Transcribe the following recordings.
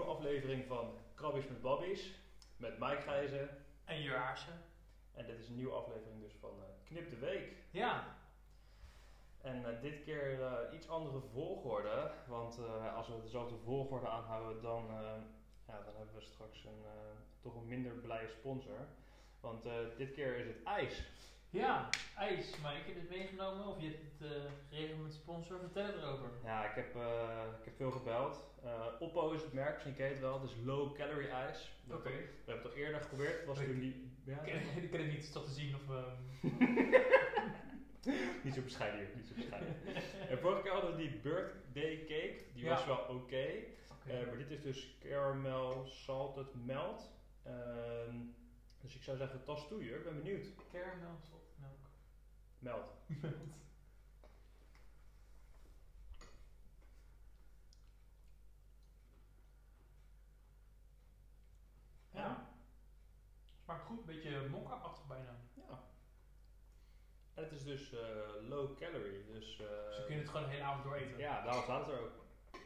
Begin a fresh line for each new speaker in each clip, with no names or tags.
aflevering van Krabbies met Babbies met Mike Gijzen.
En je aarsen.
En dit is een nieuwe aflevering dus van eh, Knip de Week.
Ja,
En eh, dit keer eh, iets andere volgorde, want eh, als we dezelfde volgorde aanhouden, dan, eh, ja, dan hebben we straks een, eh, toch een minder blije sponsor. Want eh, dit keer is het ijs.
ja, ijs. Maar ik heb het meegenomen of je hebt het eh, geregeld met sponsor. Vertel het erover.
Ja, ik heb, eh, ik heb veel gebeld. Eh, Oppo is het merk, misschien ken je het wel. Het is low calorie ijs. We hebben
Ik
het- We hebben het al eerder geprobeerd. Het was toen die... Ja,
ken ik ken het niet, het is toch te zien of... ehm,
Niet zo bescheiden hier, niet zo bescheiden. en vorige keer hadden we die birthday cake, die
Ja.
was wel oké.
oké.
Eh, maar dit is dus caramel salted melt. Ehm, dus ik zou zeggen, tas toe hier, ik ben benieuwd.
Caramel soft milk.
Melt.
Ja. Smaakt goed, een beetje mokka-achtig bijna.
Ja. En het is dus eh, low calorie, dus... eh,
Dus je kunt het gewoon de hele avond door eten.
Ja, daarom staat het er ook.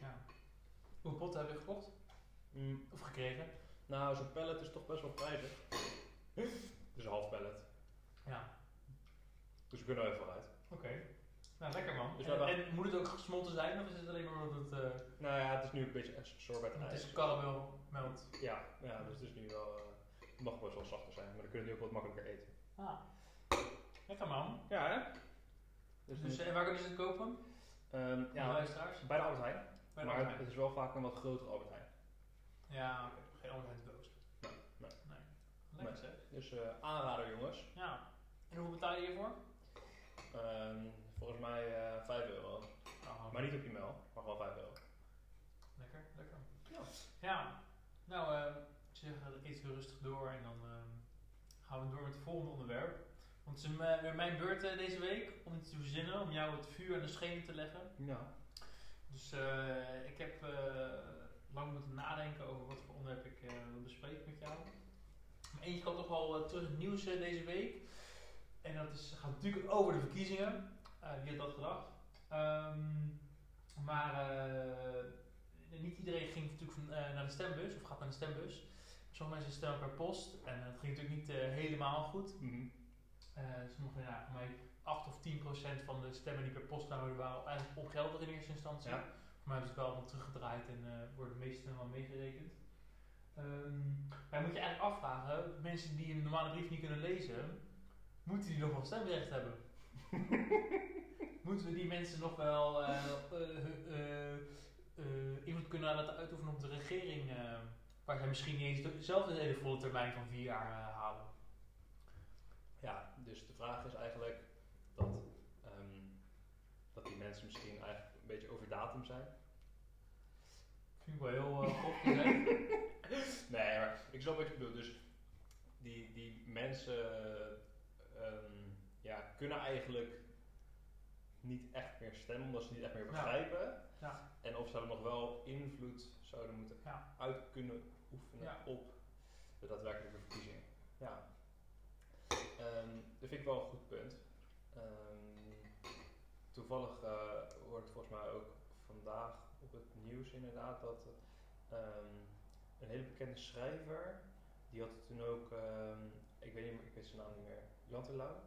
Ja. Hoeveel potten heb je gekocht?
Mm,
Of gekregen?
nou, zo'n pallet is toch best wel prijzig. dus een half pallet.
Ja.
Dus we kunnen er even uit.
Oké. Nou, lekker man.
Dus we
en,
hebben-
en moet het ook gesmolten zijn of is het alleen maar omdat het... eh,
Nou ja, het is nu een beetje een sorbet
want het
ijs.
is caramel melt.
Ja, ja, dus het is nu wel. eh, het mag best wel zachter zijn, maar dan kunnen we ook wat makkelijker eten.
Ah. Lekker man.
Ja, hè? Dus,
Dus eh, waar kunnen ze het kopen?
ehm,
Ja.
ja,
De luisteraars?
bij de Albert Heijn.
Bij de
maar
Albert Heijn.
het is wel vaak een wat grotere Albert Heijn.
Ja, oké. geen Albert Heijn Ghost.
Nee, nee.
Lekker
Nee.
zeg.
Dus eh, aanrader, jongens.
Ja. En hoe betaal je hiervoor?
Ehm, volgens mij eh 5 euro.
Oh,
Maar niet op je mail, maar gewoon 5 euro.
Lekker, lekker.
Ja.
Ja. Nou, eh, ik zeg, eh, eet heel rustig door en dan eh, gaan we door met het volgende onderwerp. Want het is eh, weer mijn beurt eh, deze week om iets te verzinnen, om jou het vuur aan de schenen te leggen.
Ja.
Dus eh, ik heb eh, lang moeten nadenken over wat voor onderwerp ik eh, wil bespreken met jou. Maar eentje kwam toch wel eh, terug in het nieuws eh, deze week. En dat is, gaat natuurlijk over de verkiezingen. Eh, wie had dat gedacht? Ehm, maar eh, niet iedereen ging natuurlijk van, eh, naar de stembus of gaat naar de stembus. Sommige mensen stemmen per post en dat ging natuurlijk niet eh, helemaal goed.
Mhm.
Eh, sommige, ja, voor mij 8 of 10 procent van de stemmen die per post naar worden waren eigenlijk ongeldig in eerste instantie.
Ja.
Maar hebben ze het wel allemaal teruggedraaid en eh, worden de meeste stemmen wel meegerekend. Ehm, maar je moet je eigenlijk afvragen, mensen die een normale brief niet kunnen lezen, moeten die nog wel stemrecht hebben? moeten we die mensen nog wel eh, eh, eh, eh, eh, invloed kunnen laten uitoefenen op de regering, eh, waar zij misschien niet eens zelf een hele volle termijn van vier jaar eh, halen?
Ja, dus de vraag is eigenlijk dat, ehm, dat die mensen misschien eigenlijk een beetje over datum zijn.
Vind ik wel heel eh, grof gezegd.
Nee, maar ik snap wat je bedoelt. Dus die, die mensen ehm, ja, kunnen eigenlijk niet echt meer stemmen, omdat ze niet echt meer
Ja.
begrijpen.
Ja.
En of ze er nog wel invloed zouden moeten
Ja.
uit kunnen oefenen
Ja.
op de daadwerkelijke verkiezingen. Ja. Ehm, dat vind ik wel een goed punt. Ehm, toevallig eh hoorde ik volgens mij ook vandaag op het nieuws inderdaad dat ehm, een hele bekende schrijver, die had toen ook, ehm, ik weet niet meer, ik weet zijn naam niet meer, Jan Terlouw,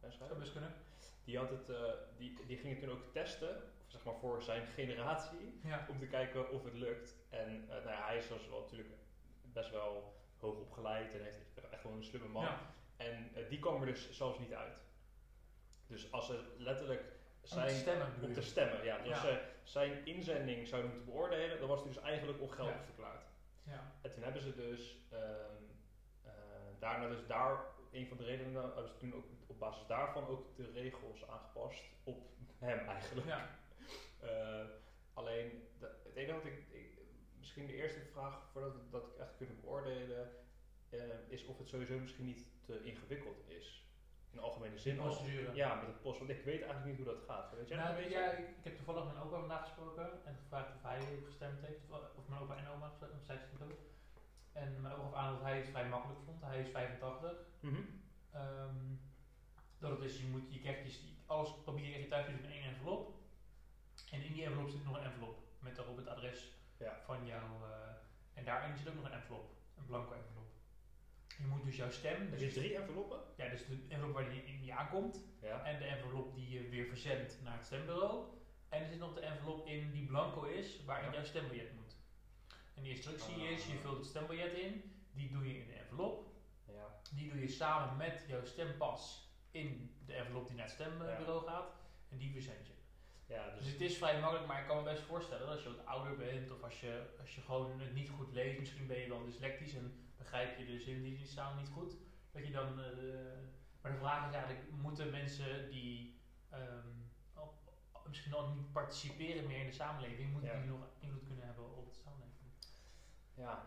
een schrijver,
Zou best kunnen.
die, had het, eh, die, die ging het toen ook testen, of zeg maar voor zijn generatie
Ja.
om te kijken of het lukt. En eh, nou ja, hij is dus wel natuurlijk best wel hoog opgeleid en heeft echt wel een slimme man.
Ja.
En eh, die kwam er dus zelfs niet uit. Dus als ze letterlijk
Om
zijn
te stemmen bedoel
om
je?
te stemmen, ja, als
Ja.
ze zijn inzending zouden moeten beoordelen, dan was hij dus eigenlijk ongeldig
Ja.
verklaard.
Ja.
En toen hebben ze dus ehm, eh, daarna dus daar een van de redenen hebben ze toen ook op basis daarvan ook de regels aangepast op hem eigenlijk.
ja.
Eh, alleen, de- het enige wat ik, ik- Misschien de eerste vraag voordat we dat echt kunnen beoordelen. eh, is of het sowieso misschien niet te ingewikkeld is. In algemene zin. al.
Procedure.
Ja, met het post. Want ik weet eigenlijk niet hoe dat gaat. Weet jij dat
Nou,
een beetje?
ja, ik, ik heb toevallig mijn opa vandaag gesproken en gevraagd of hij ook gestemd heeft. Of, of mijn opa en oma gestemd, of zij gestemd ook. En mijn opa gaf aan dat hij het vrij makkelijk vond. Hij is 85.
Mhm.
Ehm, dat het is, je, moet, je krijgt je, alles papier krijg je thuis dus in één envelop. En in die envelop zit nog een envelop met daarop het adres
Ja.
van jou. eh, en daar ja, en er zit ook nog een envelop. Een blanco envelop. Je moet dus jouw stem...
Er
Dus
zitten drie enveloppen.
Ja, dus de envelop waar die in je aankomt.
Ja.
En de envelop die je weer verzendt naar het stembureau. En er zit nog de envelop in die blanco is, waarin
Ja.
jouw stembiljet moet. En die instructie
Ah.
is, je vult het stembiljet in, die doe je in de envelop.
Ja.
Die doe je samen met jouw stempas in de envelop die naar het stembureau gaat. En die verzend je.
ja,
Dus
dus
het is vrij makkelijk, maar ik kan me best voorstellen dat als je wat ouder bent of als je, als je gewoon het niet goed leest, misschien ben je wel dyslectisch en begrijp je de zin die die staan niet goed, dat je dan. eh, maar de vraag is eigenlijk, moeten mensen die ehm, al- al- misschien al niet participeren meer in de samenleving, moeten
Ja.
die nog invloed kunnen hebben op de samenleving?
ja.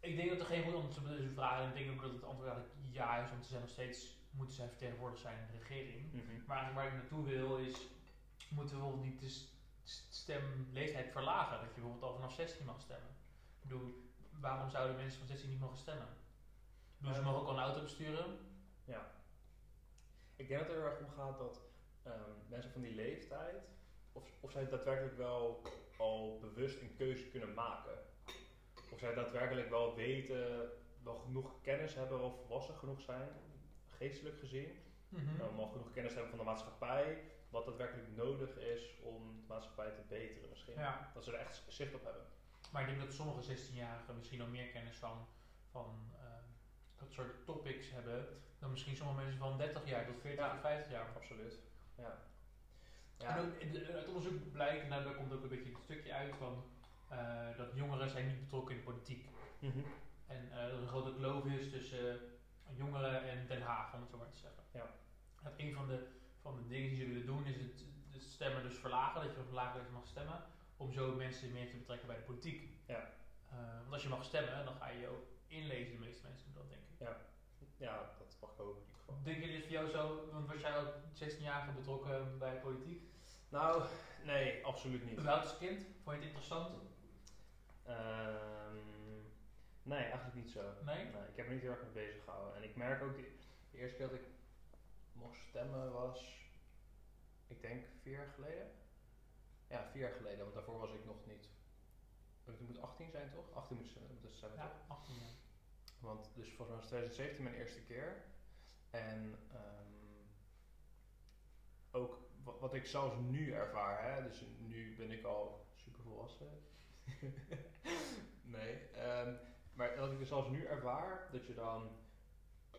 Ik denk dat er geen goed antwoord op deze vraag is. Ik denk ook dat het antwoord eigenlijk ja is, want ze zijn nog steeds moeten zij vertegenwoordigd zijn in de regering.
mhm.
Maar eigenlijk waar ik naartoe wil is, moeten we bijvoorbeeld niet de s- s- stemleeftijd verlagen? Dat je bijvoorbeeld al vanaf 16 mag stemmen. Ik bedoel, waarom zouden mensen van 16 niet mogen stemmen? Ik bedoel, ze
Ja.
mogen ook al een auto besturen.
Ik denk dat het er heel erg om gaat dat ehm, mensen van die leeftijd, of, of zij daadwerkelijk wel al bewust een keuze kunnen maken. Of zij daadwerkelijk wel weten, wel genoeg kennis hebben, wel volwassen genoeg zijn, geestelijk gezien.
Ja.
Um, al genoeg kennis hebben van de maatschappij, wat daadwerkelijk nodig is om de maatschappij te beteren misschien. Dat ze er echt zicht op hebben.
Maar ik denk dat sommige 16-jarigen misschien al meer kennis van, van eh, dat soort topics hebben dan misschien sommige mensen van 30 jaar tot 40
Ja.
of 50 jaar.
Absoluut. Ja.
En
Ja.
ook in de- uit onderzoek blijkt, en daar komt ook een beetje het stukje uit van, eh, dat jongeren zijn niet betrokken in de politiek.
Mhm.
En eh, dat er een grote kloof is tussen eh, jongeren en Den Haag, om het zo maar te zeggen.
Ja.
Dat een van de, van de dingen die ze willen doen is het, de stemmen dus verlagen, dat je op een lager leeftijd mag stemmen, om zo mensen meer te betrekken bij de politiek.
Ja.
Eh, want als je mag stemmen, dan ga je je ook inlezen, de meeste mensen doen dat denk ik.
ja, dat mag ik ook in ieder geval.
Denk je dit voor jou zo, want was jij ook 16 jaar betrokken bij politiek?
Nou, nee, absoluut niet.
Hoe oud als kind? Vond je het interessant?
Ehm, nee, eigenlijk niet zo.
Nee?
Nee, ik heb me niet heel erg mee bezig gehouden. En ik merk ook, die- de eerste keer dat ik mocht stemmen was, ik denk vier jaar geleden. Ja, vier jaar geleden, want daarvoor was ik nog niet. Het moet 18 zijn toch? 18 moet stemmen, moet stemmen
Ja,
toch?
18 jaar.
Want dus volgens mij was 2017 mijn eerste keer. En ehm, ook wa- wat ik zelfs nu ervaar, hè, dus nu ben ik al super volwassen. nee, ehm, maar wat ik dus zelfs nu ervaar, dat je dan,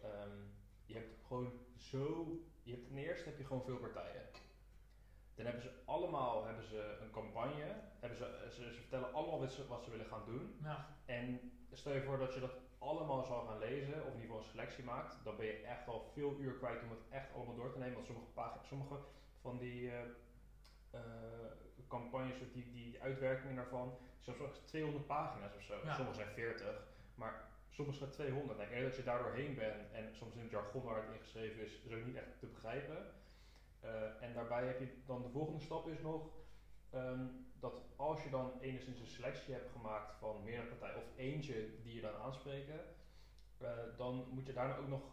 ehm, je hebt gewoon zo, je hebt ten eerste heb je gewoon veel partijen. Dan hebben ze allemaal hebben ze een campagne, hebben ze, ze, ze vertellen allemaal wat ze, wat ze willen gaan doen.
Ja,
En stel je voor dat je dat allemaal zou gaan lezen, of in ieder geval een selectie maakt, dan ben je echt al veel uur kwijt om het echt allemaal door te nemen. Want sommige, pag- sommige van die eh, eh, campagnes of die, die uitwerkingen daarvan, zijn soms echt 200 pagina's of zo.
Ja.
Sommige zijn 40, maar soms zijn 200. Nou, ik denk dat je daar doorheen bent en soms in het jargon waar het ingeschreven is, is ook niet echt te begrijpen. Eh, en daarbij heb je dan de volgende stap is nog ehm, dat als je dan enigszins een selectie hebt gemaakt van meerdere partijen of eentje die je dan aanspreken, eh, dan moet je daarna ook nog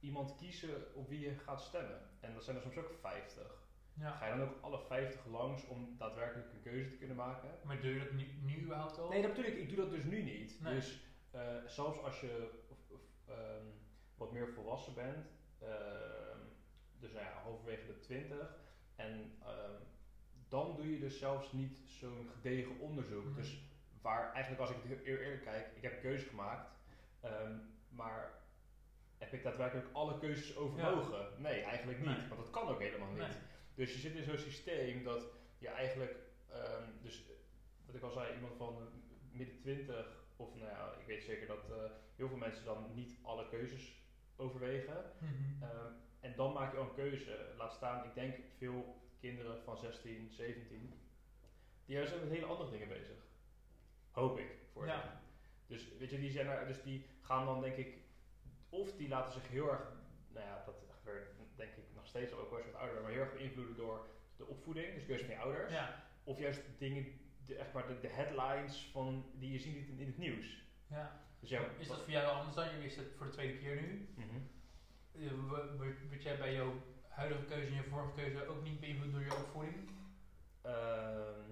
iemand kiezen op wie je gaat stemmen. En dat zijn er soms ook 50.
ja.
Ga je dan ook alle 50 langs om daadwerkelijk een keuze te kunnen maken?
Maar doe je dat nu, nu überhaupt al?
Nee, dat bedoel ik. Ik doe dat dus nu niet.
Nee.
Dus eh, zelfs als je of, of, ehm, wat meer volwassen bent, ehm, dus nou ja, halverwege de 20, en ehm, dan doe je dus zelfs niet zo'n gedegen onderzoek.
Nee.
Dus waar eigenlijk, als ik het heel eer- eerlijk kijk, ik heb een keuze gemaakt, ehm, maar heb ik daadwerkelijk alle keuzes overwogen? Nee, eigenlijk niet,
Nee.
want dat kan ook helemaal niet.
Nee.
Dus je zit in zo'n systeem dat je eigenlijk, ehm, dus eh, wat ik al zei, iemand van eh, midden 20, of nou ja, ik weet zeker dat eh, heel veel mensen dan niet alle keuzes overwegen.
Mhm.
Ehm, en dan maak je al een keuze. Laat staan, ik denk veel kinderen van 16, 17, die zijn met hele andere dingen bezig. Hoop ik, voor
Ja.
hen. Dus weet je, die zijn er, dus die gaan dan denk ik, of die laten zich heel erg, nou ja, dat gebeurt denk ik nog steeds ook wel eens wat ouder, maar heel erg beïnvloeden door de opvoeding, dus de keuze van je ouders.
Ja,
Of juist dingen, de, echt maar de, de headlines van, die je ziet in, in het nieuws.
ja.
Dus ja,
Is
wat-
dat voor jou wel anders dan? Je wist het voor de tweede keer nu.
Mhm.
Eh, w- w- Word jij bij jouw huidige keuze en je vorige keuze ook niet beïnvloed door je opvoeding?
Ehm,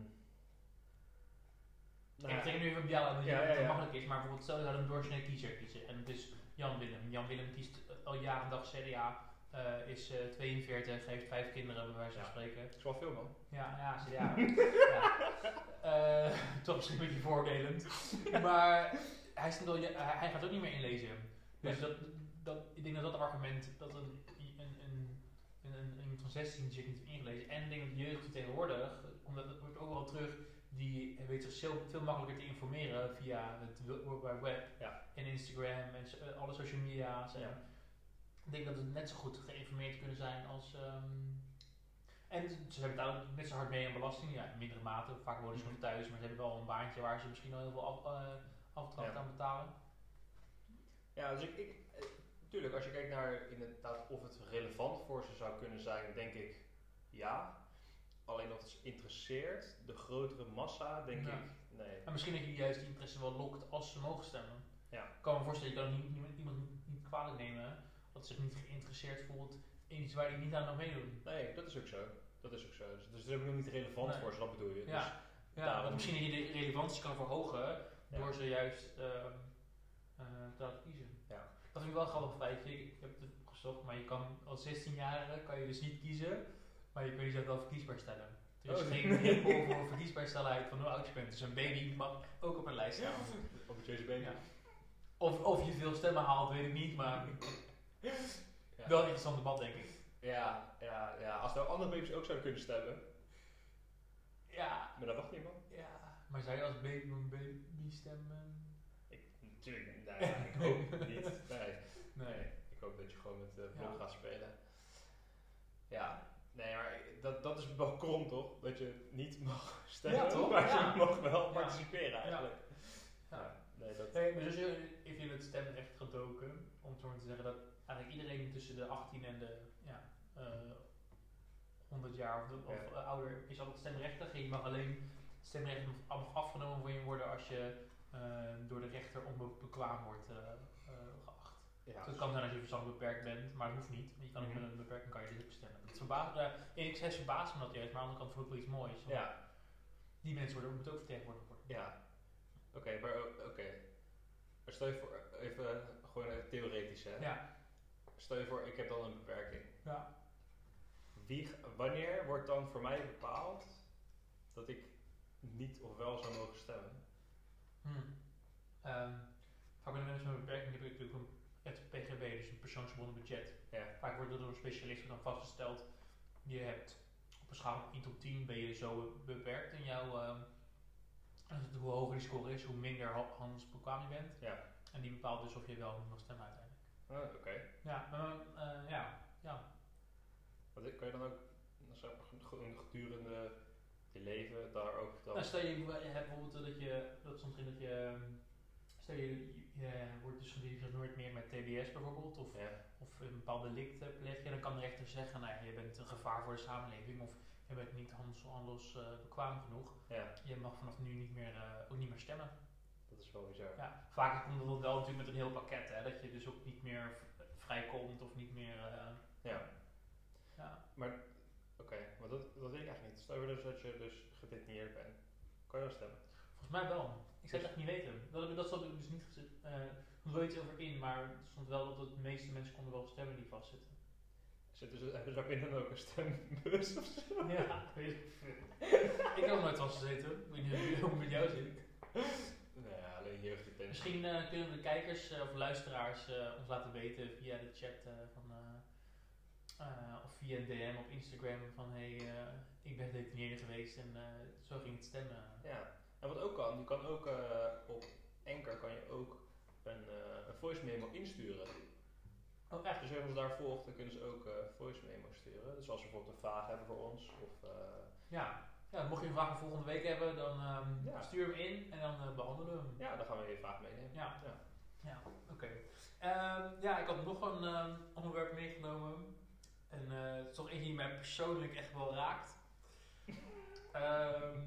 nou
ik
ja.
denk nu even op mondiaal en dat
Ja,
het
ja, ja.
makkelijk is. Maar bijvoorbeeld stel je zou een doorsnee kiezer kiezen en het is Jan Willem. Jan Willem kiest al jaren en dag Serie A, eh, is eh 42, heeft vijf kinderen bij wijze van
Ja.
spreken.
Dat is wel veel, man.
Ja, ja, ze- ja. ja. Eh, toch misschien een beetje voordelend. Maar hij, is al, hij hij gaat ook niet meer inlezen. Dus dat, dat, ik denk dat dat argument, dat een, een, een, een, een, iemand van 16 zich niet heeft ingelezen. En ik denk dat de jeugd van tegenwoordig, omdat dat wordt ook al terug, die weet zichzelf veel makkelijker te informeren via het World Wide Web.
Ja.
En Instagram en so- alle social media's. En
Ja.
Ik denk dat het net zo goed geïnformeerd kunnen zijn als... ehm, en ze hebben het ook net zo hard mee aan belasting. Ja, in mindere mate. Vaak wonen ze
Mhm.
nog thuis, maar ze hebben wel een baantje waar ze misschien wel heel veel af, eh, afdracht
Ja.
aan betalen.
Ja, dus ik, ik, eh, tuurlijk, als je kijkt naar inderdaad of het relevant voor ze zou kunnen zijn, denk ik ja. Alleen of het ze interesseert, de grotere massa, denk
Ja.
ik nee.
Maar misschien dat je juist die interesse wel lokt als ze mogen stemmen.
Ja.
Ik kan me voorstellen, je kan niet, niemand- iemand niet, niet kwalijk nemen dat ze zich niet geïnteresseerd voelt in iets waar hij niet aan mag meedoen.
Nee, dat is ook zo. Dat is ook zo. Dus, dus dat is ook nog niet relevant
Nee.
voor ze, dat bedoel je.
Ja.
Dus,
Ja,
Daarom.
Nou, want misschien dat je de relevantie kan verhogen
Ja.
door ze juist ehm, eh, te laten kiezen.
Ja.
Dat vind ik wel een grappig feitje. Ik heb het opgezocht, maar je kan als 16-jarige kan je dus niet kiezen, maar je kunt jezelf wel verkiesbaar stellen. Er is
Oh.
geen drempel voor verkiesbaarstelling van hoe oud je bent. Dus een baby mag ook op een lijst staan.
Dus, op het JCB. Ja.
Ja. Of, of je veel stemmen haalt, weet ik niet, maar wel een interessant debat, denk ik.
Ja, ja, ja. Als nou andere baby's ook zouden kunnen stemmen,
Ja,
maar dat wacht niemand.
ja. Maar zou je als baby een baby stemmen?
Ik, natuurlijk, niet. nee, ik hoop niet. Nee.
Nee.
Nee, ik hoop dat je gewoon met eh Blom
Ja.
gaat spelen. Ja, nee, maar ik- dat, dat is wel krom toch? Dat je niet mag stemmen,
Ja, toch?
maar
Ja.
je mag wel
Ja.
participeren eigenlijk.
Ja.
nee, dat,
Nee, maar dus heeft in het stemrecht gedoken, om het zo maar te zeggen, dat eigenlijk iedereen tussen de 18 en de ja, eh, 100 jaar of, de- of
Ja.
eh, ouder is altijd stemrechtig. En je mag alleen stemrecht mag afgenomen van je worden als je eh, door de rechter onbekwaam wordt eh, eh, geacht.
ja,
Dus het kan zijn als je verstandig beperkt bent, maar dat hoeft niet. Want je kan ook
Mhm.
met een beperking kan je dit ook stemmen. Dat verbaast, eh, enerzijds verbaast me dat juist, maar aan de andere kant vond ik wel iets moois. Want
ja,
Die mensen worden, moeten ook vertegenwoordigd worden.
ja. Oké, maar o- oké. Maar stel je voor, even eh, gewoon even theoretisch hè.
Ja.
Stel je voor, ik heb dan een beperking.
Ja.
Wie, g- wanneer wordt dan voor mij bepaald dat ik niet of wel zou mogen stemmen? Mhm.
Hmm. Ehm, vaak bij de mensen met een beperking heb je natuurlijk een, het PGB, dus een persoonsgebonden budget.
Ja.
Vaak wordt dat door een specialist dan vastgesteld. Je hebt op een schaal van 1 tot 10 ben je zo beperkt in jouw. ehm, dus hoe hoger die score is, hoe minder ha- handelsbekwaam je bent.
Ja.
En die bepaalt dus of je wel of niet mag stemmen uiteindelijk.
Ah, oké.
Ja, maar, eh, ja, ja.
Wat, kan je dan ook dan zou ik goed- goed- gedurende je leven daar ook dan...
Nou, stel je, je hebt bijvoorbeeld dat je, dat soms in dat je, ehm, stel je, je, je wordt dus gediagnosticeerd meer met TBS bijvoorbeeld, of
ja.
of een bepaald delict eh, pleeg je, dan kan de rechter zeggen, nou ja, je bent een gevaar voor de samenleving of je bent niet handels, handels eh, bekwaam genoeg.
ja,
Je mag vanaf nu niet meer, eh, ook niet meer stemmen.
dat is wel bizar.
Ja, vaak komt dat wel natuurlijk met een heel pakket, hè, dat je dus ook niet meer v- vrijkomt of niet meer... eh,
Ja.
ja.
Oké, maar dat, dat weet ik eigenlijk niet. Stel je voor dus dat je dus gedetineerd bent. Kan je dan stemmen?
Volgens mij wel. Ik zou het echt niet weten. Dat, dat stond er dus niet gezet. eh, er nooit over in, maar het stond wel dat de meeste mensen konden wel stemmen die vastzitten.
Zitten ze, hebben ze daarbinnen ook een stembus of zo?
Ja, ik weet ik veel. Ik heb nog nooit vastgezeten. Ik weet niet hoe het met jou zit.
Nee, alleen jeugddetentie.
Misschien eh, kunnen de kijkers eh, of luisteraars eh, ons laten weten via de chat eh, van, eh, eh, of via een DM op Instagram van hey, eh, ik ben gedetineerde geweest en eh, zo ging het stemmen.
Ja, en wat ook kan, je kan ook eh, op Anchor kan je ook een, eh, een voice memo insturen.
Oh echt?
Dus als je ons daar volgt, dan kunnen ze ook eh, voice memo sturen. Dus als ze bijvoorbeeld een vraag hebben voor ons, of eh,
Ja. ja mocht je een vraag voor volgende week hebben, dan ehm,
Ja.
stuur hem in en dan eh, behandelen we hem.
ja, dan gaan we je vraag meenemen.
Ja.
Ja.
Ja, oké. Ehm, ja, ik had nog een ehm, onderwerp meegenomen. En eh, het is toch eentje die mij persoonlijk echt wel raakt. Ehm,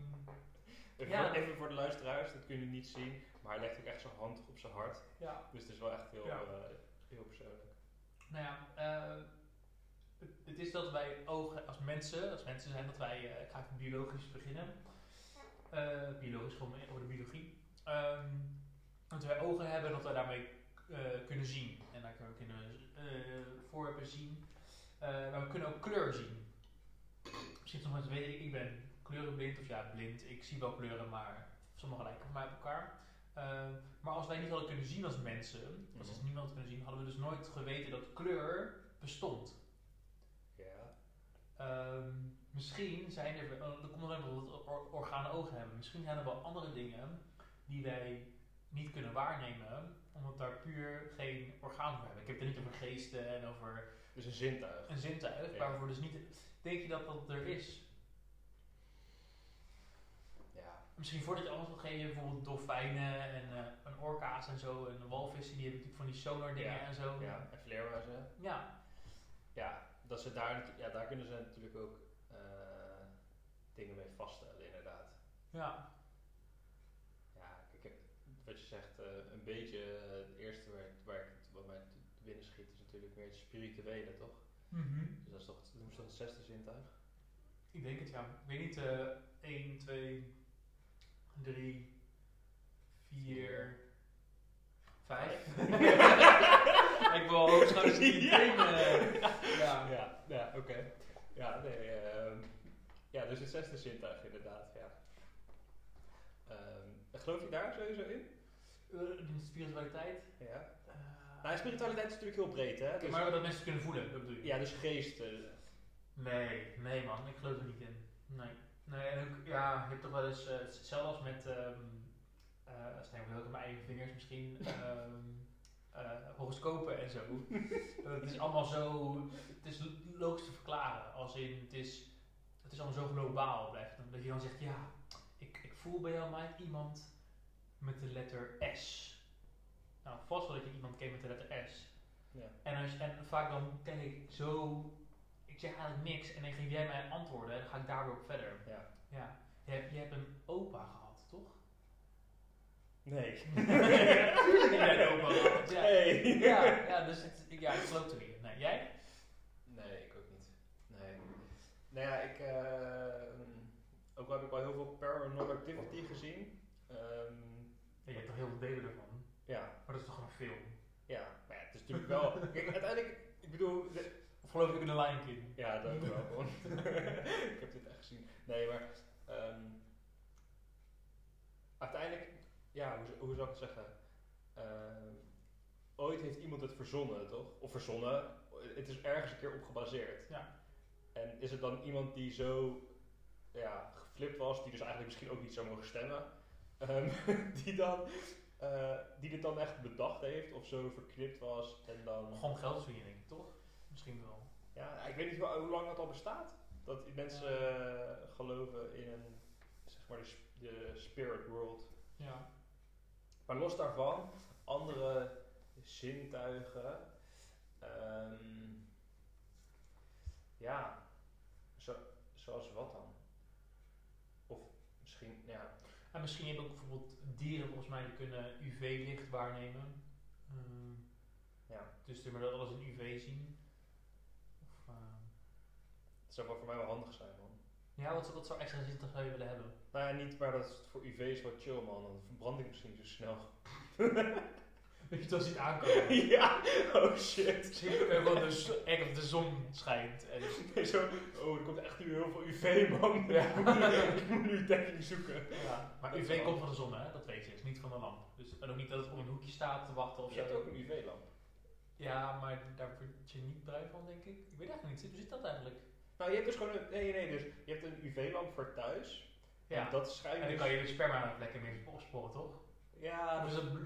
Even,
Ja.
voor, even voor de luisteraars, dat kunnen jullie niet zien, maar hij legt ook echt zijn hand op zijn hart.
ja,
Dus het is wel echt heel,
Ja.
eh, heel persoonlijk.
Nou ja, eh, het, het is dat wij ogen als mensen, als mensen zijn dat wij, eh, ik ga even biologisch beginnen. Eh, biologisch, gewoon eh, over de biologie. ehm, dat wij ogen hebben en dat wij daarmee eh, kunnen zien. En daar kunnen we kunnen, eh, voorwerpen zien. Eh, maar we kunnen ook kleur zien. Misschien nog mensen weten, ik, ik ben kleurenblind, of ja, blind. Ik zie wel kleuren, maar sommige lijken op mij op elkaar. Ehm, maar als wij niet hadden kunnen zien als mensen, als
Mhm.
dus niemand kunnen zien, hadden we dus nooit geweten dat kleur bestond.
Ja.
Ehm, misschien zijn er, oh, dat komt nog even omdat we or- organen ogen hebben. Misschien zijn er wel andere dingen die wij niet kunnen waarnemen, omdat daar puur geen orgaan voor hebben. Ik heb het er niet over geesten en over
Dus een zintuig.
een zintuig,
Ja.
waarvoor dus niet. Denk je dat dat er is?
Ja.
Misschien voordat je alles wil geven, bijvoorbeeld dolfijnen en eh, een orka's en zo, en walvissen, die hebben natuurlijk van die sonar dingen
Ja,
en zo.
ja. En vleermuizen.
Ja.
Ja, dat ze daar, natu- ja, daar kunnen ze natuurlijk ook eh, dingen mee vaststellen, inderdaad.
Ja.
Ja, kijk, eh, wat je zegt, eh, een beetje eh, het eerste waar, ik- waar ik, wat mij te binnen schiet, is natuurlijk meer het spirituele, toch?
Mhm.
Dus dat is toch, dat is toch het zesde zintuig?
Ik denk het ja. Ik weet niet, eh 1, 2, 3, 4, 5. ik wil hoogstens niet
Ja.
één. eh, ja.
Ja, ja oké. Ja, nee, ehm, ja, dus het zesde zintuig, inderdaad, ja. Ehm, geloof je daar sowieso in?
Eh, die spiritualiteit.
Ja.
eh,
Nou, spiritualiteit is natuurlijk heel breed, hè?
oké,
Dus,
maar dat mensen kunnen voelen, dat bedoel je?
ja, dus geest. eh,
Nee, nee man, ik geloof er niet in. Nee. Nee, en ook, ja, je hebt toch wel eens, eh, het is hetzelfde als met, ehm eh dat zijn heel erg op mijn eigen vingers misschien, ehm, eh, horoscopen en zo. Dat het is allemaal zo, het is logisch te verklaren, als in, het is, het is allemaal zo globaal blijft. het. Dat je dan zegt, ja, ik, ik voel bij jou Mike iemand met de letter S. Nou, vast wel dat je iemand kent met de letter S.
Ja.
En, als, en vaak dan denk ik zo ik zeg eigenlijk niks en dan geef jij mij een antwoord en dan ga ik daar weer op verder.
Ja.
ja. Je, hebt, je hebt een opa gehad, toch?
Nee.
Tuurlijk heb jij een opa gehad. Ja,
Nee.
ja, ja dus het, ik, ja, ik geloof er niet in. Nee, jij?
Nee, ik ook niet. Nee. Nou ja, ik. eh, ook al heb ik wel heel veel paranormal activity gezien. Ehm,
Ja, je hebt toch heel veel delen ervan.
ja,
Maar dat is toch gewoon een film?
ja. Maar ja, het is natuurlijk wel. Kijk, uiteindelijk. Ik bedoel. de-
Of geloof ik in de Lion King?
ja, dat ook wel gewoon. ik heb dit echt gezien. Nee, maar. ehm, uiteindelijk. Ja, hoe, z- hoe zou ik het zeggen? Ehm, ooit heeft iemand het verzonnen, toch? Of verzonnen. Het is ergens een keer op gebaseerd.
Ja.
En is het dan iemand die zo ja, geflipt was, die dus eigenlijk misschien ook niet zou mogen stemmen, ehm, die, dan, eh, die dit dan echt bedacht heeft of zo verknipt was en dan...
Gewoon geldwinning, toch? Misschien wel.
Ja, ik weet niet wel hoe lang dat al bestaat, dat die mensen eh, geloven in een, zeg maar de, sp- de spirit world.
Ja.
Maar los daarvan, andere zintuigen. ehm, ja, zo, zoals wat dan? Of misschien, nou ja.
En misschien heb je ook bijvoorbeeld dieren volgens mij die kunnen UV-licht waarnemen. Ehm,
Mm. Ja.
Dus die maar dat alles in UV zien. Of, ehm,
Het zou wel voor mij wel handig zijn, man.
ja, wat, wat zou extra zintig zou je willen hebben?
Nou ja, niet, maar dat is voor UV's wat chill, man. Dan verbrand ik misschien niet zo snel.
Dat je het wel ziet aankomen.
ja, oh shit.
Misschien gewoon de, z- dus echt of de zon schijnt. En
Nee, zo, oh, er komt echt nu heel veel UV, man.
Ja.
Ik moet nu- ik moet nu dekking zoeken.
ja. Maar
Dat
UV
kan.
komt van de zon, hè? Dat weet je. Het is niet van de lamp. Dus, en ook niet dat het om een hoekje staat te wachten of
Je hebt
zo.
ook een UV-lamp.
Ja, maar daar word je niet blij van, denk ik. Ik weet eigenlijk niet. Hoe zit dat eigenlijk?
Nou, je hebt dus gewoon een... Nee, nee, dus je hebt een UV-lamp voor thuis.
Ja.
En dat schuin
En dan
dus-
kan je de sperma lekker meer opsporen, toch?
Ja,
Of is
dat,
dat, bl-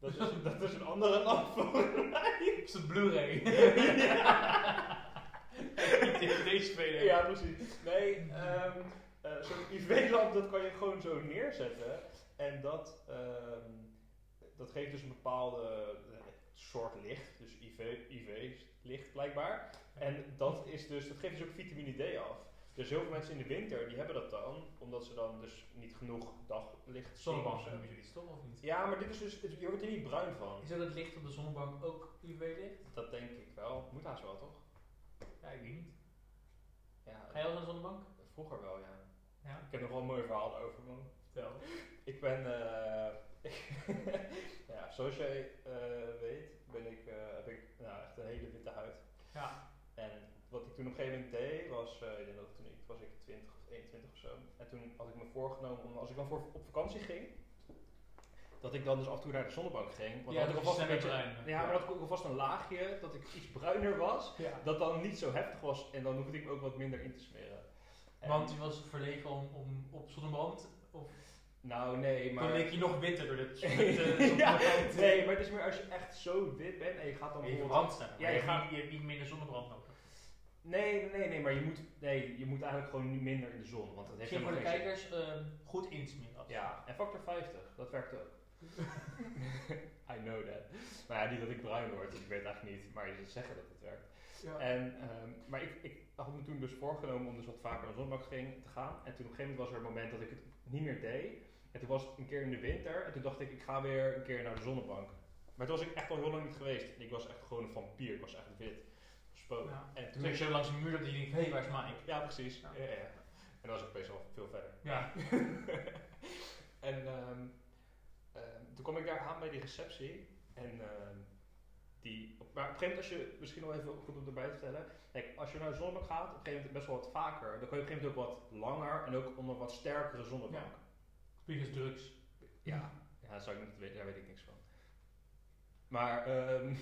dat, is, dat is een andere lamp voor
is dat Blu-ray? Deze speler.
Ja, precies. Nee, ehm, eh, zo'n UV-lamp, dat kan je gewoon zo neerzetten. En dat, ehm, dat geeft dus een bepaalde eh, soort licht. Dus UV-licht blijkbaar. En dat, is dus, dat geeft dus ook vitamine D af. Dus heel veel mensen in de winter, die hebben dat dan. Omdat ze dan dus niet genoeg daglicht zien.
Zonnebank noem je iets, toch? Of niet?
Ja, maar dit is dus, het- je wordt er niet bruin van.
Is dat het licht op de zonnebank ook UV-licht?
Dat denk ik wel. Moet haast wel, toch?
Ja, ik weet niet.
Ja,
Ga je wel naar de zonnebank?
vroeger wel, ja.
Ja.
Ik heb nog wel een mooi verhaal over, man.
Vertel.
Ik ben, eh, ja, zoals jij eh, weet, ben ik, eh, heb ik nou, echt een hele witte huid.
Ja.
En wat ik toen op een gegeven moment deed, was, eh, ik denk dat toen ik, was ik 20 of 21 of zo. En toen had ik me voorgenomen om, als ik dan voor, op vakantie ging, dat ik dan dus af en toe naar de zonnebank ging. Want
Ja,
dan had ik
dat je
alvast een
sneller
beetje,
bruin
ja, maar
wordt.
dat ik ook alvast een laagje, dat ik iets bruiner was.
Ja.
Dat dan niet zo heftig was en dan hoefde ik me ook wat minder in te smeren. En-
Want je was verlegen om, om op zonnebrand. Of
Nou, nee, maar...
dan leek je nog witter door dit eh,
ja, nee, maar het is meer als je echt zo wit bent en je gaat dan
Je
bijvoorbeeld-
verbrand staan.
Ja,
Ja, je,
je
gaat, je hebt niet minder zonnebrand nodig.
Nee, nee, nee, maar je moet, nee, je moet eigenlijk gewoon niet minder in de zon, want dat heeft
Misschien voor de
helemaal geen zin.
kijkers ehm, goed insmeren.
Ja, en factor 50, dat werkt ook. I know that. Nou ja, niet dat ik bruin word, dus ik weet eigenlijk niet, maar ze zeggen dat het werkt. En, ehm, maar ik, ik had me toen dus voorgenomen om dus wat vaker naar de zonnebank ging, te gaan. En toen op een gegeven moment was er een moment dat ik het niet meer deed. En toen was het een keer in de winter en toen dacht ik, ik ga weer een keer naar de zonnebank. Maar toen was ik echt al heel lang niet geweest. En ik was echt gewoon een vampier, ik was echt wit. Spook.
Ja.
En
Toen
toen
ben je zo langs een muur dat je denkt, hé, waar is Mike?
Ja, precies.
Ja.
Ja. Ja, ja. En dat was ik best wel veel verder.
Ja.
en ehm, ehm, toen kwam ik daar aan bij die receptie. En ehm, die, op, maar op een gegeven moment, als je misschien nog even goed om erbij te vertellen. Kijk, als je naar de zonnebank gaat, op een gegeven moment best wel wat vaker. Dan kun je op een gegeven moment ook wat langer en ook onder wat sterkere zonnebank.
Biggest drugs.
Ja, ja dat zou ik niet weten, daar weet ik niks van. Maar ehm,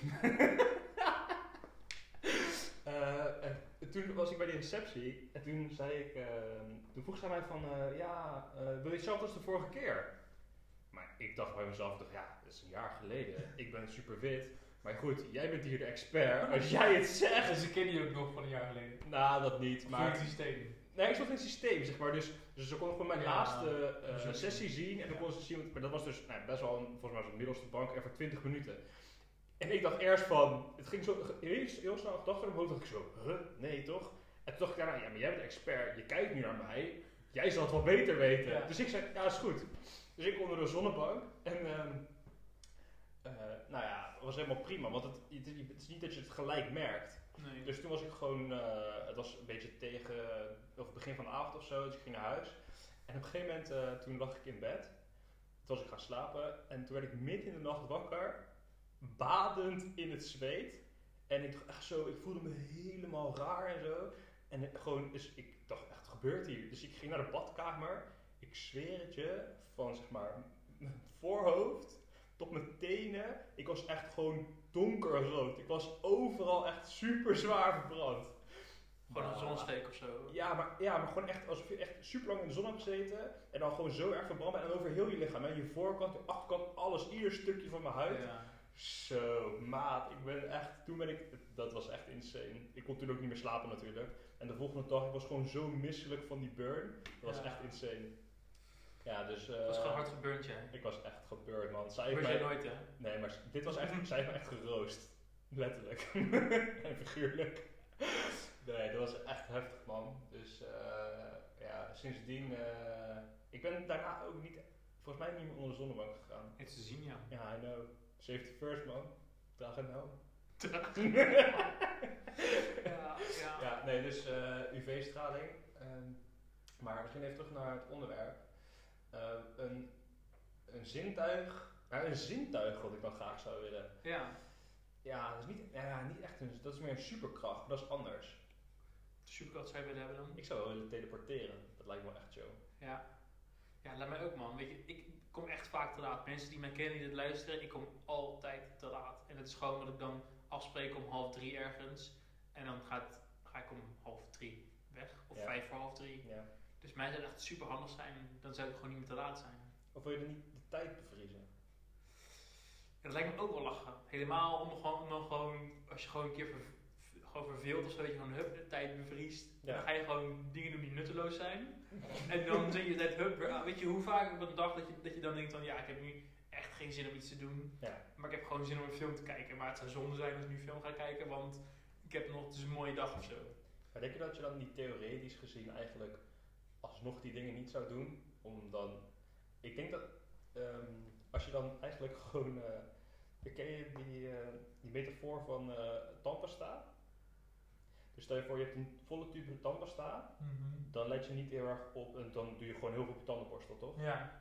eh, en toen was ik bij die receptie en toen zei ik, ehm, toen vroeg zij mij van, eh, ja, eh, wil je hetzelfde als de vorige keer? Maar ik dacht bij mezelf, ik dacht, ja, dat is een jaar geleden, ik ben super wit. Maar goed, jij bent hier de expert, als jij het zegt.
Echt, ze kennen je ook nog van een jaar geleden.
Nou, dat niet,
Maar het
maar...
systeem.
Nee, ik zat in het systeem, zeg maar. Dus, dus ze konden gewoon mijn
Ja,
laatste eh,
dus ook-
sessie zien. En dan
ja.
konden ze zien, want- maar dat was dus nou, best wel, een, volgens mij was het middelste bank, en voor 20 minuten. En ik dacht eerst van, het ging zo heel, heel snel gedachten omhoog, dacht ik zo, huh? Nee, toch? En toen dacht ik daarna, ja, maar jij bent expert, je kijkt nu naar mij, jij zal het wel beter weten.
Ja.
Dus ik zei, ja, is goed. Dus ik onder de zonnebank en, ehm, eh, nou ja, het was helemaal prima, want het, het, het is niet dat je het gelijk merkt.
Nee.
Dus toen was ik gewoon, eh, het was een beetje tegen, of het begin van de avond of zo, dus ik ging naar huis. En op een gegeven moment, eh, toen lag ik in bed, toen was ik gaan slapen en toen werd ik midden in de nacht wakker, badend in het zweet. En ik dacht echt zo, ik voelde me helemaal raar en zo. En ik gewoon, dus ik dacht echt, wat gebeurt hier? Dus ik ging naar de badkamer, ik zweer het je, van zeg maar mijn voorhoofd tot mijn tenen. Ik was echt gewoon donkerrood. Ik was overal echt super zwaar verbrand.
Gewoon een zonsteek of zo.
Ja maar, ja, maar gewoon echt alsof je echt super lang in de zon hebt gezeten. En dan gewoon zo erg verbrand bent. En over heel je lichaam. Hè? Je voorkant, je achterkant, alles, ieder stukje van mijn huid.
Ja.
Zo, maat. Ik ben echt, toen ben ik, dat was echt insane. Ik kon toen ook niet meer slapen natuurlijk. En de volgende dag, ik was gewoon zo misselijk van die burn. Dat was
Ja.
echt insane. Ja, dus... eh,
Dat was gewoon hard gebeurd, ja.
Ik was echt gebeurd, man. Zij heeft
Word jij
mij,
nooit, hè?
nee, maar dit was echt, zij heeft me echt geroost. Letterlijk. en figuurlijk. Nee, dat was echt heftig, man. Dus eh, ja, sindsdien... eh, ik ben daarna ook niet, volgens mij niet meer onder de zonnebank gegaan.
Het te zien, ja.
Ja, I know. Safety first, man. Draag het nou.
Ja, ja.
Ja, nee, dus eh, UV-straling. Ehm, maar misschien even terug naar het onderwerp. Ehm, een, een zintuig. Ja, een zintuig wat ik dan graag zou willen.
Ja.
Ja, dat is niet, ja, niet echt een. Dat is meer een superkracht, maar dat is anders.
Super wat zij willen hebben dan.
Ik zou wel willen teleporteren. Dat lijkt me wel echt show.
Ja. ja, laat mij ook man. Weet je, ik kom echt vaak te laat. Mensen die mij kennen, die dit luisteren, ik kom altijd te laat. En het is gewoon dat ik dan afspreek om half drie ergens. En dan gaat, ga ik om half drie weg. Of
Ja.
vijf voor half drie.
Ja.
Dus mij zou het echt super handig zijn. Dan zou ik gewoon niet meer te laat zijn.
Of wil je niet de tijd bevriezen?
En dat lijkt me ook wel lachen. Helemaal om gewoon, om dan gewoon als je gewoon een keer ver, ver- gewoon verveelt of zo, dat je gewoon hup de tijd bevriest.
Ja.
Dan ga je gewoon dingen doen die nutteloos zijn. en dan zet je de tijd hup weer aan. Weet je hoe vaak op een dag dat je, dat je dan denkt van ja, ik heb nu echt geen zin om iets te doen.
Ja.
Maar ik heb gewoon zin om een film te kijken. Maar het zou zonde zijn als ik nu een film ga kijken, want ik heb nog dus een mooie dag of zo.
Maar denk je dat je dan niet theoretisch gezien eigenlijk alsnog die dingen niet zou doen? Om dan. Ik denk dat ehm, als je dan eigenlijk gewoon. eh, ken je die, eh, die metafoor van eh tandpasta? Dus stel je voor, je hebt een volle tube tandpasta,
Mhm.
dan let je niet heel erg op en dan doe je gewoon heel veel op je tandenborstel, toch?
Ja.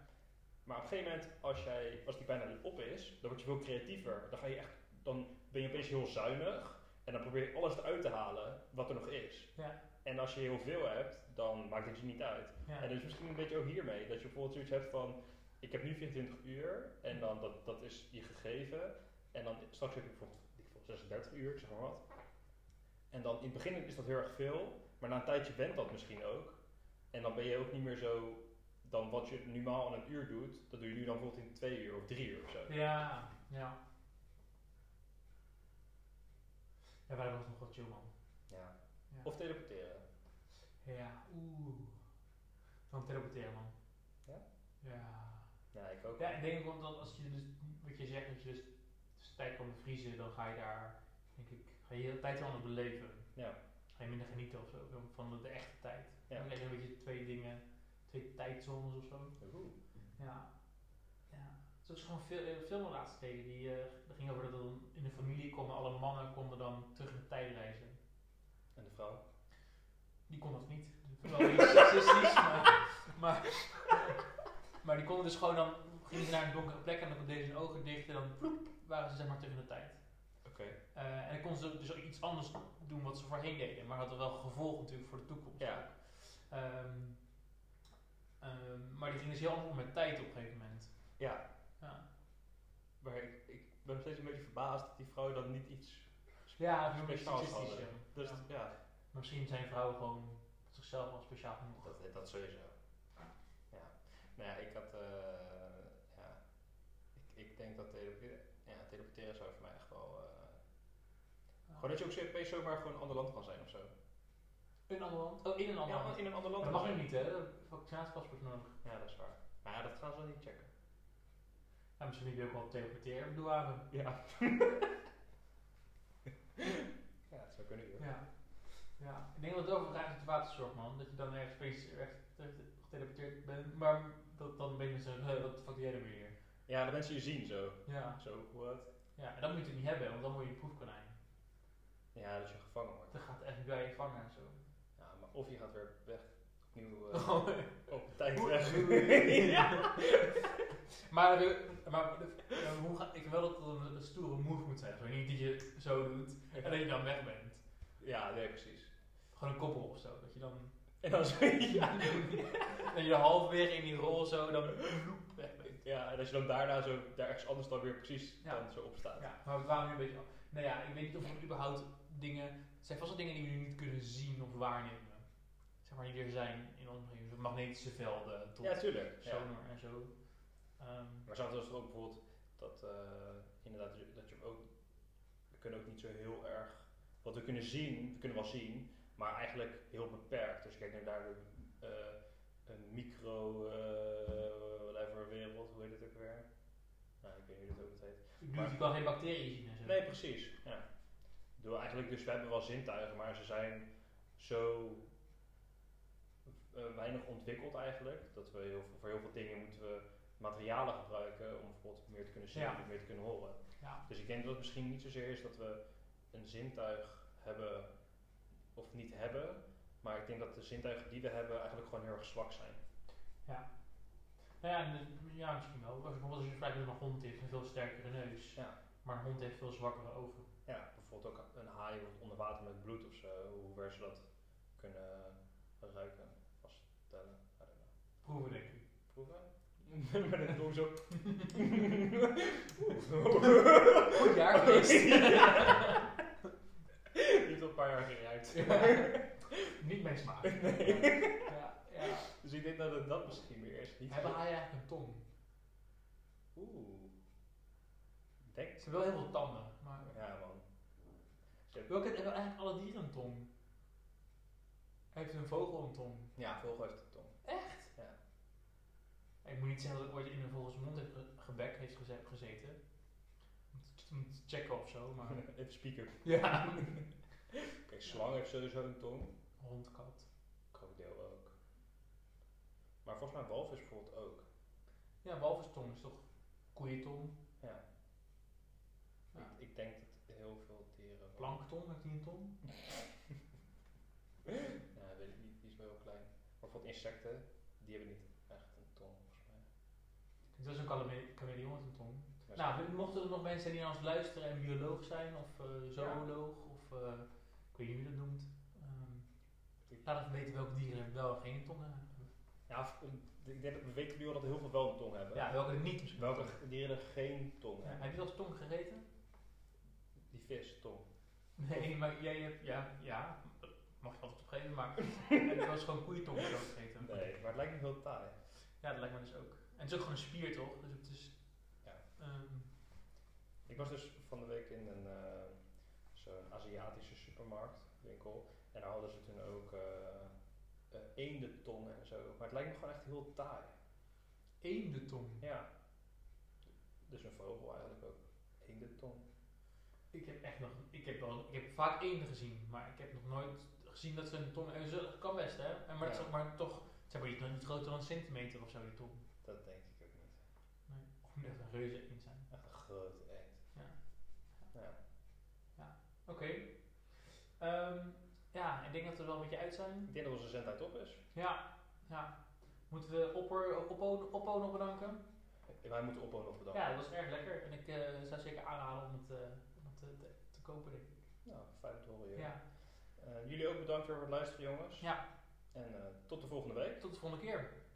Maar op een gegeven moment, als, jij, als die bijna op is, dan word je veel creatiever. Dan, ga je echt, dan ben je opeens heel zuinig en dan probeer je alles eruit te halen wat er nog is.
Ja.
En als je heel veel hebt, dan maakt het je niet uit.
ja.
En dus misschien een beetje ook hiermee. Dat je bijvoorbeeld zoiets hebt van, ik heb nu 24 uur en dan dat, dat is je gegeven. En dan straks heb ik bijvoorbeeld weet ik veel, 36 uur, ik zeg maar wat. En dan in het begin is dat heel erg veel, maar na een tijdje bent dat misschien ook. En dan ben je ook niet meer zo, dan wat je normaal in een uur doet, dat doe je nu dan bijvoorbeeld in twee uur of drie uur of zo.
Ja, ja. Ja, wij was nog wat chill, man.
Ja.
Ja.
Of teleporteren.
Ja, oeh. Dan teleporteren, man.
Ja?
Ja.
Ja, ik ook.
Ja, ik denk ook omdat als je dus, wat je zegt, dat je dus, dus tijd kan bevriezen, dan ga je daar, denk ik, ga je de hele tijd anders beleven.
Ja.
Ga je minder genieten of zo, van- van de, de echte tijd.
Ja.
Dan krijg je een beetje twee dingen, twee tijdzones of zo.
Oeh.
Ja. ja. Het is gewoon veel, eh, film laatst tegen die eh, dat ging over dat dan in de familie konden alle mannen konden dan terug in de tijd reizen.
En de vrouw.
Die kon dat niet. Dat is wel iets seksistisch, maar, maar, maar die konden dus gewoon dan gingen ze naar een donkere plek en dan deden ze hun ogen dicht en dan ploep, waren ze zeg maar terug in de tijd.
Oké.
Eh, en dan konden ze dus ook iets anders doen wat ze voorheen deden, maar dat had wel gevolgen natuurlijk voor de toekomst.
Ja.
ook. Ehm, ehm, maar die gingen dus heel anders om met tijd op een gegeven moment.
Ja.
Ja.
Maar ik, ik ben nog steeds een beetje verbaasd dat die vrouw dan niet iets
Ja, dat is
speciaals
statistisch.
hadden.
ja.
Dus
Ja.
ja,
Maar misschien zijn vrouwen gewoon op zichzelf al speciaal genoeg.
Dat, dat sowieso. Ja. Nou ja, ik had. eh, ja. Ik, ik denk dat teleporteren, ja, teleporteren zou voor mij echt wel. eh, gewoon dat je ook opeens zomaar gewoon een ander land kan zijn of zo.
In een ander land? Oh, in een ander
Ja,
land.
in een ander land.
Dat
kan
mag nu
zijn.
niet, hè? Dat heb vaccinatiepaspoort nodig.
Ja, dat is waar. Maar ja, dat gaan ze dan niet checken.
Ja, misschien wil ik wel teleporteren op douane.
Ja. ja, dat zou kunnen. joh.
Ja. ja. Ik denk dat het ook vraag is de waterzorg, man. Dat je dan ergens opeens echt geteleporteerd bent. Maar dat dan ben je zo, "Huh, wat de fuck doe jij er weer? hier?"
Ja, dat mensen je zien zo.
Ja.
Zo, wat?
Ja, en dat moet je niet hebben, want dan word je een proefkonijn.
Ja, dat je gevangen wordt.
Dan gaat de FBI je vangen en zo.
Ja, maar of je gaat weer weg. Opnieuw eh,
Oh,
op de tijd
Oei,
weg.
oei, oei. Maar, eh, maar eh, hoe ga, ik vind wel dat het een, een stoere move moet zijn. Zo, niet dat je zo doet en dat je dan weg bent.
Ja, nee, precies.
Gewoon een koppel of zo. Dat je dan,
En dan zo, ja. Oh,
dat je halverwege in die rol zo dan vloep, weg bent.
Ja, en als je dan daarna zo daar ergens anders dan weer precies
Ja.
dan zo op staat.
Ja, maar we waren nu een beetje af. Nou ja, ik weet niet of we überhaupt dingen... Het zijn vast wel dingen die we nu niet kunnen zien of waarnemen. Zeg maar die er zijn in onze omgeving. Zoals Magnetische velden tot
Ja, tuurlijk. Ja.
sonar en zo. Ehm,
Maar zelfs als er ook bijvoorbeeld dat eh, inderdaad dat je- dat je hem ook we kunnen ook niet zo heel erg wat we kunnen zien, we kunnen wel zien, maar eigenlijk heel beperkt. Dus kijk naar daar de eh, een micro eh whatever wereld, hoe heet het ook weer? Nou, ik weet niet hoe dit ook het heet.
ik bedoel, je kan geen bacteriën zien en zo.
Nee, precies. Ja. Ik bedoel, eigenlijk, dus we hebben wel zintuigen, maar ze zijn zo eh, weinig ontwikkeld eigenlijk. Dat we heel, veel- voor heel veel dingen moeten we materialen gebruiken om bijvoorbeeld meer te kunnen zien
Ja.
of meer te kunnen horen.
Ja.
Dus ik denk dat het misschien niet zozeer is dat we een zintuig hebben of niet hebben. Maar ik denk dat de zintuigen die we hebben eigenlijk gewoon heel erg zwak zijn.
Nou ja, en de- ja, misschien wel. Maar Bijvoorbeeld als je vraagt naar een hond heeft een veel sterkere neus.
Ja.
Maar een hond heeft veel zwakkere ogen.
Ja, bijvoorbeeld ook een haai wordt onder water met bloed of zo. Hoe ver ze dat kunnen ruiken, vaststellen. I don't know.
Proeven denk ik.
proeven. Met een doos op.
Goed jaar geweest.
Heeft al een paar jaar geruikt.
Niet mijn smaak. Ja, ja.
Dus ik denk dat het dat misschien weer is. Niet
Hebben haaien eigenlijk een tong?
Oeh. Ik Denk.
Ze hebben wel heel veel tanden. Maar...
Ja, man. Ze hebben-
Welke hebben eigenlijk alle dieren een tong? Heeft een vogel een tong?
Ja, vogel heeft een tong.
Ik moet niet zeggen dat ik ooit in een vogels mond heb ge- gebek heeft geze- gezeten. Om te- Om te checken of zo, maar...
Even speaker.
ja.
Kijk, slang heeft sowieso een tong.
Hond, kat.
Krokodil ook. Maar volgens mij walvis bijvoorbeeld ook.
Ja, walvistong is toch koeientong?
Ja.
Ja.
Ik, ik denk dat heel veel dieren...
Plankton, heeft die een tong?
Ja, weet ik niet. Die is wel heel klein. Maar bijvoorbeeld insecten, die hebben niet echt een tong volgens mij.
Dat is een chame- chameleon met een tong.
Maar
Nou, we- mochten er nog mensen zijn die naar ons luisteren en bioloog zijn, of eh, zooloog, of eh, ik weet niet hoe je dat noemt. Ehm,
ze-
laat even weten welke dieren wel en geen tongen hebben.
Ja, of- eh, ik denk dat we weten nu al dat heel veel wel een tong hebben.
Ja, welke er niet misschien.
Welke dieren geen tong
Ja,
hebben?
Heb je wel eens tong gegeten?
Die vis, tong.
Nee, maar jij hebt, ja, ja, mag je altijd opgeven, maar heb je wel eens gewoon koeientong of zo gegeten?
Nee, maar het lijkt me heel taai.
Ja, dat lijkt me dus ook. En het is ook gewoon een spier, toch? Dus het is...
Ja.
ehm,
Ik was dus van de week in een eh, zo'n Aziatische supermarktwinkel. En daar hadden ze toen ook eh eh, eendentong en zo. Maar het lijkt me gewoon echt heel taai.
eendentong.
Ja. Dus een vogel eigenlijk ook. Eendentong.
Ik heb echt nog... Ik heb, wel, ik heb vaak eenden gezien, maar ik heb nog nooit gezien dat ze een tong... En ze kan best, hè? En maar, het is
Ja.
ook maar toch... Zeg maar, die is nog niet groter dan een centimeter of zo, die tong.
Dat denk ik ook niet.
Nee. Of moet echt een reuze eend zijn.
Echt een grote eend.
Ja.
Ja.
Oké. Ehm, ja, ik denk dat we wel een beetje uit zijn.
Ik denk dat onze zendtijd op is.
Ja, ja. Moeten we Oppo, Oppo, Oppo nog bedanken?
En wij moeten Oppo nog bedanken.
Ja, dat was erg lekker. En ik eh, zou zeker aanraden om het, eh, om het eh, te, te kopen, denk ik.
Nou, fijn om te horen. joh.
Ja.
Eh, jullie ook bedankt weer voor het luisteren, jongens.
Ja.
En eh, tot de volgende week.
Tot de volgende keer.